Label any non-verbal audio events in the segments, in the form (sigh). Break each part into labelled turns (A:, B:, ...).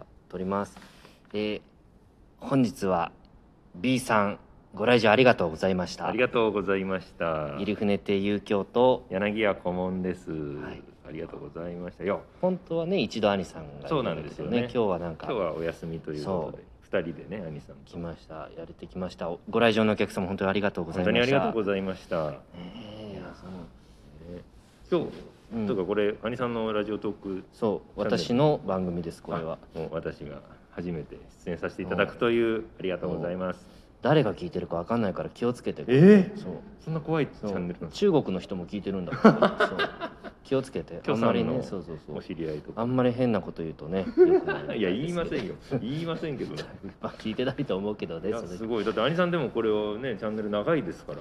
A: っております。で、本日は B さんご来場ありがとうございました。
B: ありがとうございました。
A: 入船亭遊興と
B: 柳家顧問です、
A: はい
B: ありがとうございましたよ。
A: 本当はね一度兄さんが
B: そうなんですよね
A: 今日はなんか
B: 今日はお休みということで、二人でね、兄さんと
A: 来ましたやれてきましたご来場のお客様本当にありがとうござい
B: 本
A: ま
B: 当
A: した
B: にありがとうございました。ね
A: ねえいやその
B: 今日、
A: うん
B: とかこれ兄さんのラジオトーク
A: そう私の番組ですこれは
B: あもう私が初めて出演させていただくというありがとうございます。
A: 誰が聞いてるかわかんないから気をつけて
B: え
A: そう
B: そんな怖いチ
A: そう
B: ャンネルなんですか
A: 中国の人も聞いてるん
B: (laughs)
A: だからそう気をつけてあ
B: 許
A: ん
B: さ
A: ま
B: んの
A: りねそうそうそ
B: お
A: う
B: 知り合いと
A: あ
B: か。
A: んまり変なこと言うと
B: (laughs)
A: ね
B: いや言いません
A: よ
B: よ。言いませんけど (laughs) ね。
A: くないですけどまあ聞いてないと思うけど
B: い
A: ね
B: や
A: それ
B: すごいだって兄さんでもこれをねチャンネル長いですから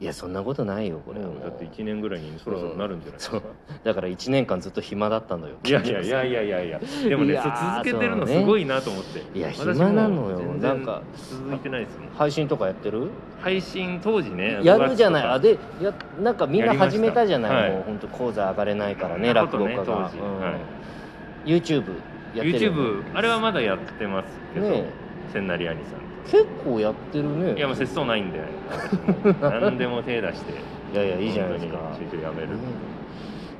A: いやそんなことないよこれは
B: もう
A: も
B: だって
A: う
B: 1年ぐらいにそろそろなるんじゃないですか、
A: うんだから1年間ずっと暇だったのよ
B: いやいやいやいやいやいやでも
A: い
B: ね
A: や
B: そう
A: ー
B: 続けてるの
A: そう
B: す
A: ね
B: ごいなと思って、
A: いや
B: 私も
A: 暇なのよ
B: 全然
A: なんか
B: 続いてないですもん
A: 配信とかやってる
B: 配信当時ね
A: やるじゃないあ
B: で
A: でやなんかみんな始めたじゃな
B: や
A: い
B: りま
A: もう
B: した
A: 本当講座上がれないからね
B: なる
A: 落
B: ほ
A: 語
B: ど
A: 家
B: ね
A: が、
B: 当時
A: うん
B: はい
A: YouTube やってるよね
B: YouTube あれはまだやってますけど、
A: ね
B: 千成兄さん
A: え結構やってるね
B: といやもう節操ないんで私もう何でも手出して
A: いやいやいいじゃないですか、
B: 本当に集中やめる、
A: ね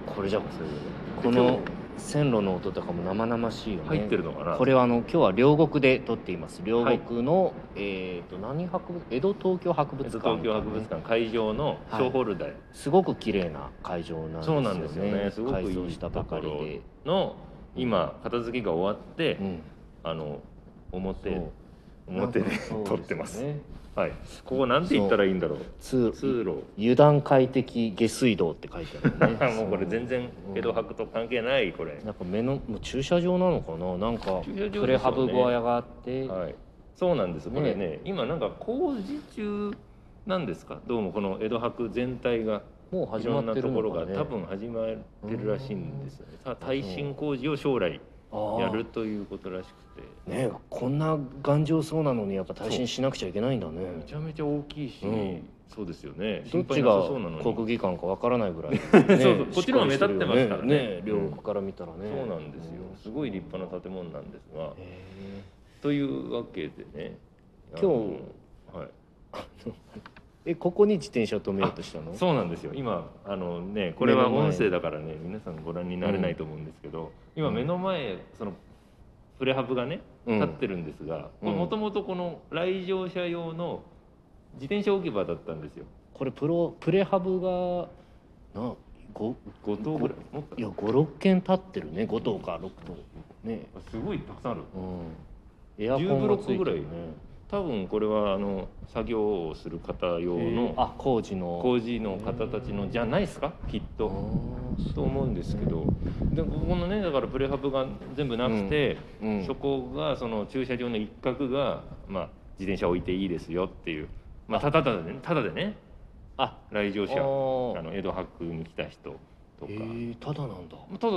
A: これじゃ
B: そういう
A: あこの線路の音とかも生々しいよね
B: 入ってるのかな
A: これはあの今日は両国で撮っています両
B: はい
A: 国の、えっ、と何博物江戸東京博物館、
B: 東京博物館会場のショーホルダー
A: すごく綺麗な会場なんですよ
B: そう
A: ね
B: なんですよねすごくい
A: 改
B: い
A: 装した
B: と
A: ば
B: こ
A: かり
B: ろ
A: で
B: の今片付けが終わって、
A: うん
B: あの表
A: そう
B: 表で
A: なんかそう
B: (laughs) 撮ってます
A: よね
B: はいここなんて言ったらいいんだろう
A: 通
B: 通路
A: 油断快適下水道って書いてあるね
B: (laughs) もうこれ全然江戸博と関係ないこれ、
A: なんか目のもう駐車場なのかななんか
B: 駐車場でしょうね
A: プレハブ小屋があって、
B: はいそうなんですこ
A: ね
B: れね今なんか工事中なんですかどうもこの江戸博全体が
A: もう
B: い
A: 始ま
B: ろん
A: っ
B: な
A: てる
B: と
A: の
B: ころ
A: か
B: が
A: ね
B: 多分始まってるらしいんですよねさ耐震工事を将来
A: ああ
B: やるということらしくて
A: ねこんな頑丈そうなのにやっぱ耐震しなくちゃいけないんだね
B: めちゃめちゃ大きいし、
A: うん
B: そうですよね
A: どっち
B: な
A: が
B: さそうなのに
A: 国技館かわからないぐらい、 (laughs) ね
B: そうそうこっちの方が目立ってますから
A: しっかりしてるよ
B: ね
A: ね両国から見たらね、
B: そうなんですよすごい立派な建物なんですが、
A: へ
B: というわけでね
A: 今
B: あ
A: 日
B: のはい
A: ええここに自転車止めようとしたの
B: そうなんですよ今あのねこれは
A: 目の前
B: 音声だからね皆さんご覧になれないと思うんですけど、今目の前そのプレハブがね
A: うん
B: 立ってるんですが
A: うん
B: もともとこの来場者用の自転車置き場だったんですよ
A: これプロプレハブがなご
B: 5棟ぐらいもっと
A: いや56軒立ってるね5棟か6棟ね
B: すごいたくさんある
A: うんエアコンがついてる
B: 10ブロックぐらい多分これはあの作業をする方用
A: へえ
B: の
A: あ工事の
B: 工事の方たちのじゃないですかきっ
A: あ
B: と
A: ー
B: と思うんですけどでここのねだからプレハブが全部なくて、
A: うん
B: そこがその駐車場の一角が、まあ、自転車置いていいですよっていう、まあ、ただただでねただでね
A: あ
B: 来場者
A: あ
B: あの江戸博に来た人とか、
A: えただなんだ
B: ただ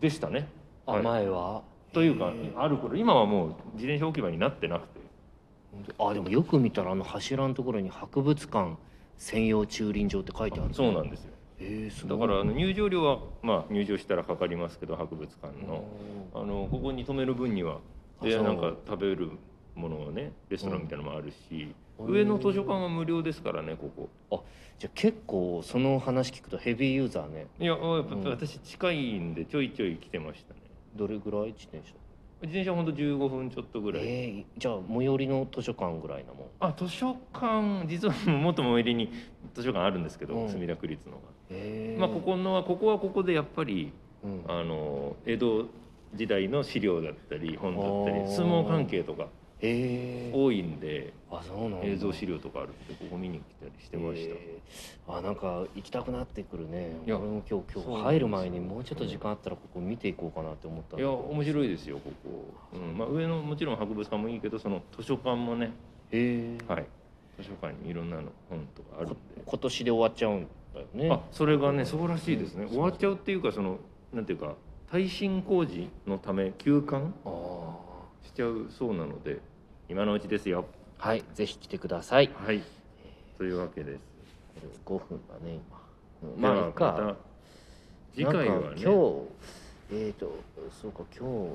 B: でしたね。
A: あ、
B: はい
A: 前は
B: というか
A: へえ
B: ある頃今はもう自転車置き場になってなくて
A: あでもよく見たらあの柱のところに博物館専用駐輪場って書いてある、ね、
B: そうなんですよ
A: えー、す
B: だ
A: ごい
B: からあの入場料は、まあ、入場したらかかりますけど博物館の。あのここに泊める分にはで
A: あそう
B: なんか食べるものをねレストランみたいなのもあるし、
A: うん
B: 上の図書館は無料ですからねここ
A: じゃあ結構その話聞くとヘビーユーザーね
B: いややっぱ
A: うん
B: 私近いんでちょいちょい来てましたね
A: どれぐらい自転車
B: 自転車ほんと15分ちょっとぐらい、
A: えー、じゃあ最寄りの図書館ぐらいなもん
B: あ図書館実は (laughs) もっと最寄りに図書館あるんですけど、
A: うん
B: 墨田区立のが、
A: えー、
B: まあこ、このはここはここでやっぱり
A: うん、
B: あの江戸時代の資料だったり本だ
A: あ
B: っ
A: ー
B: たり相撲関係とか
A: えー、
B: 多いんで
A: あそうなんだ
B: 映像資料とかあるんでここ見に来たりしてました、
A: えーあなんか行きたくなってくるね
B: いや
A: 俺も今日今
B: そうなんです
A: 日
B: よ
A: 入る前にもうちょっと時間あったらここ見ていこうかなって思ったん
B: い
A: だけ
B: や
A: ど
B: 面白いですよここ、うんまあ、上のもちろん博物館もいいけどその図書館もね、
A: えー
B: はい、図書館にいろんなの本とかあるん
A: こ
B: で
A: 今年で終わっちゃうんだよね
B: あそれがねそうらしいです
A: う
B: ね
A: ん
B: 終わっちゃうっていうかそのなんていうか耐震工事のため休館
A: あ
B: しちゃうそうなので今のうちですよ
A: ーはいぜひ来てください
B: はいというわけです
A: 5分だね今うん
B: では
A: まあいいか
B: 次回は
A: なんか
B: ね
A: 今日えっ、ー、とそうか今日どうしようか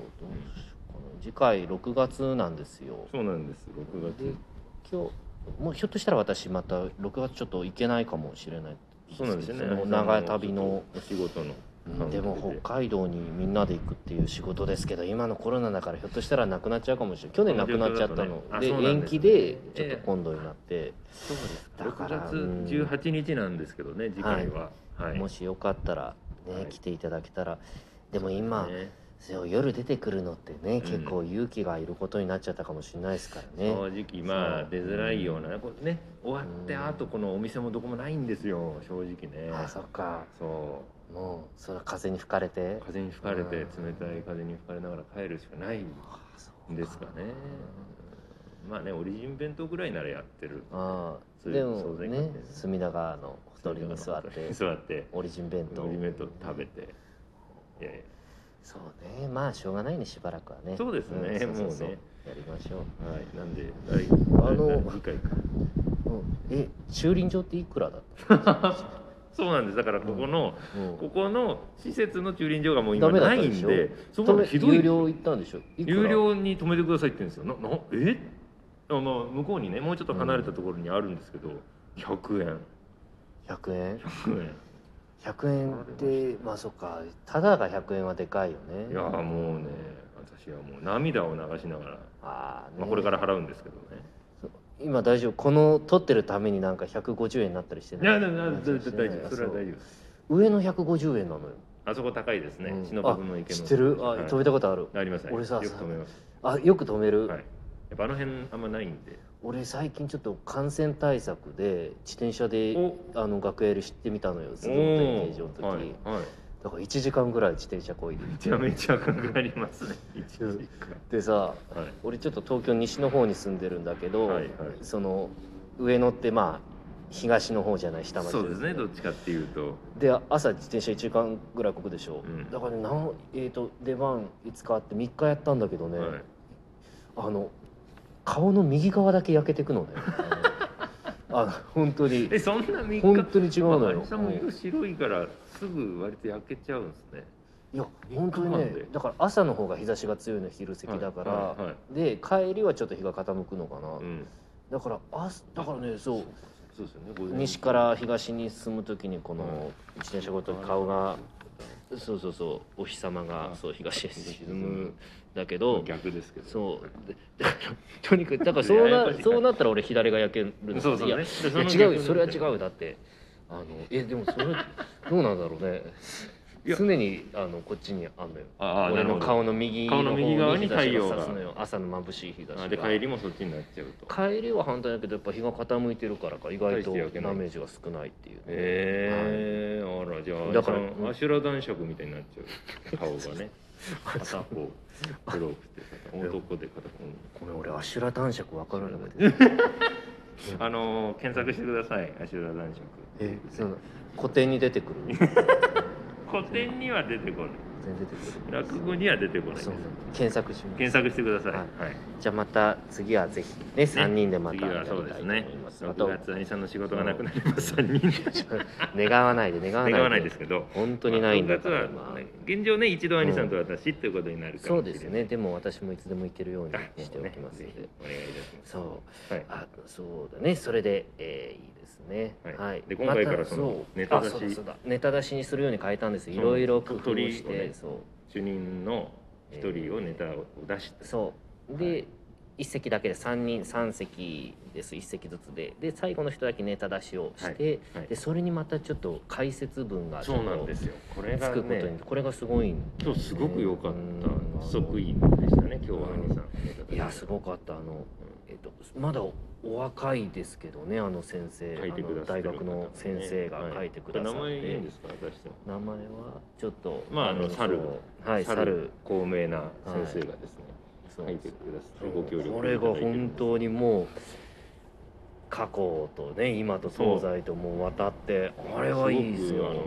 A: 次回6月なんですよ
B: そうなんです6
A: で
B: 月
A: 今日もうひょっとしたら私また6月ちょっと行けないかもしれない
B: そうなんですよね
A: その長い旅の
B: お仕事の
A: うんでも
B: 関係で
A: 北海道にみんなで行くっていう仕事ですけど今のコロナだからひょっとしたらなくなっちゃうかもしれない去年なくなっちゃったの
B: あ
A: で
B: そうなん
A: 延
B: です
A: 期
B: ね
A: でちょっと今度になって
B: そうです
A: だから
B: 6月18日なんですけどね次回ははい、
A: もしよかったら
B: は
A: ね
B: い
A: 来ていただけたらでも今
B: ね
A: そう夜出てくるのってね
B: ん
A: 結構勇気がいることになっちゃったかもしれないですからね
B: 正直まあ
A: そう
B: 出づらいようなこれね終わって
A: うん
B: あとこのお店もどこもないんですよ正直ね
A: あそっか
B: そ
A: もうそれは風に吹かれて
B: う風に吹かれて冷
A: うん
B: たい風に吹かれながら帰るしかない
A: あそう
B: ですかねまあねオリジン弁当ぐらいならやってる
A: ああ
B: そう
A: で
B: そ
A: も
B: うだよ
A: ね
B: ね
A: 隅田川のほとりに座って
B: (laughs) 座って
A: オリジン弁当
B: オリジン弁当食べていやいや
A: そうねまあしょうがないねしばらくはね
B: そうですね
A: んそそそ
B: もうね
A: やりましょう、
B: はいなんで来
A: あの
B: 次回か
A: うん、え駐輪場っていくらだった
B: そうなんですだからここの、
A: うん
B: ここの施設の駐輪場がもう今
A: ダメだっ
B: な
A: た
B: い
A: でし
B: ん
A: ょ
B: でそ
A: 止
B: こ
A: め
B: ひどい
A: 有料行ったんでしょいくら
B: 有料に止めてくださいって言うんですよななえあの向こうにねもうちょっと離れたところにあるんですけど、100円
A: 100円
B: 100円
A: 100円ってまあそっかただが100円はでかいよね
B: いやーもうね私はもう涙を流しながら、
A: ああ、ね
B: まあ、これから払うんですけどね
A: 今大丈夫この取ってるためになんか150円になったりして
B: い
A: ない
B: やでも大丈夫大丈夫それは大
A: 夫
B: 丈夫です
A: 上の150円なのよ、
B: あそこ高いですね、
A: うん
B: 忍ぶの池の
A: 知ってるあ、
B: はい
A: 止めたことある
B: あります
A: 俺さ
B: よく止めます
A: あよく止める、
B: はいやっぱあの辺あんまないんで
A: 俺最近ちょっと感染対策で自転車で
B: お
A: あの学園知ってみたのよ
B: お
A: ズドンと形状の時、
B: はいはい
A: だから1時間ぐらい自転車こいで
B: めちゃめちゃかかりますね一
A: うん
B: 時間
A: でさ
B: はい
A: 俺ちょっと東京西の方に住んでるんだけど、
B: はいはい
A: その上野ってまあ東の方じゃない下町
B: そうですねどっちかっていうと
A: で朝自転車1時間ぐらいこくでしょ、
B: うん
A: だからねなん、えー、と出番いつかあって3日やったんだけどね、
B: はい
A: あの顔の右側だけ焼けてく
B: (laughs)
A: のねあの本当に
B: えそんな3日
A: 本当に違う
B: ま
A: の
B: あ
A: よ、
B: 兄さんも
A: うん
B: 色白いからすぐ割と焼けちゃうんですね
A: いや本当に
B: な
A: ね
B: んで
A: だから朝の方が日差しが強いの昼席だから、
B: はいはいはい
A: で帰りはちょっと日が傾くのかな、
B: うん
A: だからあだからねそう
B: そうですよね午前中
A: 西から東に進む時にこ
B: うん
A: の自転車ごと顔がそうそうそうお日様が
B: あ
A: そう東に沈
B: 沈
A: む
B: む
A: だけど
B: 逆ですけど
A: そうで (laughs) だからとにかくだからそう
B: ややこ
A: な
B: しい
A: そうなったら俺左が焼けるんだ
B: そうそう
A: いや
B: ねその
A: いや
B: 逆
A: 違うよ
B: なん
A: それは
B: う
A: 違うだってあのえでもそれどうなんだろうね
B: いや
A: 常にあのこっちにあんのよ
B: ああ
A: 俺の顔の右の方
B: 顔の
A: に
B: 右側に
A: 日差し
B: 太陽
A: が
B: が
A: 差すのよ朝の眩しい日差しが
B: で帰りもそっちになっちゃうと
A: 帰りは反対だけどやっぱ日が傾いてるからか意外とダメージが少ないってい
B: (laughs)
A: うね
B: えーあらじゃあ
A: だから
B: 兄さんアシュラ男爵みたいになっちゃ
A: (laughs)
B: う顔がね片方黒くて男で片方
A: これ俺アシュラ男爵分からなくて
B: あのー検索してくださいアシュラ男爵
A: え (laughs) その古典に出
B: (laughs)
A: てくる全然
B: 古典には出てこない
A: 出てくる
B: 落語には出てこないです
A: そう検索します
B: 検索してください
A: は
B: はい
A: じゃあまた次はぜひね三人でまた
B: 次はそうですね
A: やりたいと (laughs) 思いますまた
B: 6月兄さんの仕事がなくなります3人で
A: 願わないで願わないで
B: 願わないですけど
A: 本当にないんだから
B: まあ
A: 今
B: 6月は現状ね一度兄さんと私っていうことになるか
A: そ
B: も
A: う
B: し
A: で
B: れない
A: すねでも私もいつでも行けるように
B: あもうね
A: しておきます
B: ぜ
A: ので
B: ひお願いいたします
A: そう
B: はい
A: あそうだねそれで、えーいいですね
B: はい
A: はい、
B: で今回から
A: また
B: その
A: う
B: ネタ出し
A: あそうだそうだネタ出しにするように変えたんですい
B: そう
A: ろいろ工夫を
B: 鳥
A: し
B: を
A: て、
B: ね
A: そ
B: 主任の一人をネタを出して
A: うそうで、一席だけで3人3席です1席ずつでで最後の人だけネタ出しをして、
B: はいはい
A: でそれにまたちょっと解説文がちょっと
B: すよこれ
A: つ
B: が
A: くことにこ,、
B: ね
A: れがすごいんだよね
B: 今日すごく良かっ
A: うん
B: た即位でしたね今日は兄さんネタ出し
A: いやすごかったあの、えっと、まだお若いですけどねあの先生
B: 書いてくださ
A: あの大
B: ってる
A: 学の先生が書いてくださって、
B: はいこれ名前いいんですか出しても
A: 名前はちょっと
B: まああの猿
A: そうはい猿
B: 高名な先生がですね、
A: そう
B: 書いてくださってご協力
A: これが本当にもう過去とね今と東西ともう渡ってあれはいいですよ
B: ごくあの、
A: う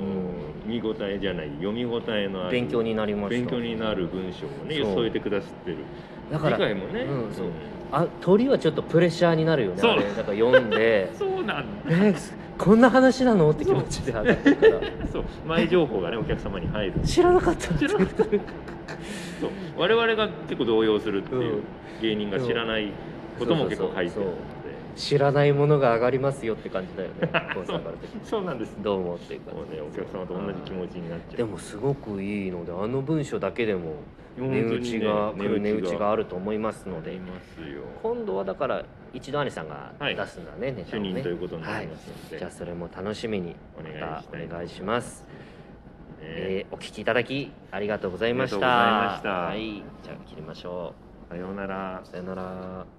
B: 見応えじゃない読み応えの
A: ん
B: ある
A: 勉強になりました
B: 勉強になる文章をね
A: そう
B: 添えてくださってる
A: だから
B: 次回もね、
A: うんそうんあ鳥はちょっとプレッシャーになるよね
B: そう
A: あれだから読んで (laughs)
B: そうなんだ
A: えーこんな話なのって気持ちで上
B: (laughs)
A: がってるから
B: そう前情報がねお客様に入る
A: 知らなかった
B: 知らなかっそう我々が結構動揺するっていううん芸人が知らないことも結構書いてあるので
A: 知らないものが上がりますよって感じだよねコンサートの時
B: そうなんです
A: どうもっていう感
B: もう
A: じ
B: ねお客様と同じ気持ちになっちゃう
A: でもすごくいいのであの文章だけでも
B: 本当
A: 値
B: にね
A: 打ちが来る値打ちがあ
B: る
A: ると思いますの
B: のでい
A: で
B: ますよ
A: 今度はだから一度兄さんが
B: はい
A: 出すんだね、ネタ
B: 主
A: をね
B: 任ということになりますので、
A: じゃあそれも楽しみに
B: お願い
A: ま
B: したたい
A: お願いします、
B: ね
A: えーお聞きいただきありがとうございました
B: ありがとうございま
A: はい
B: した
A: じゃあ切りましょ
B: さようなら
A: うさよなら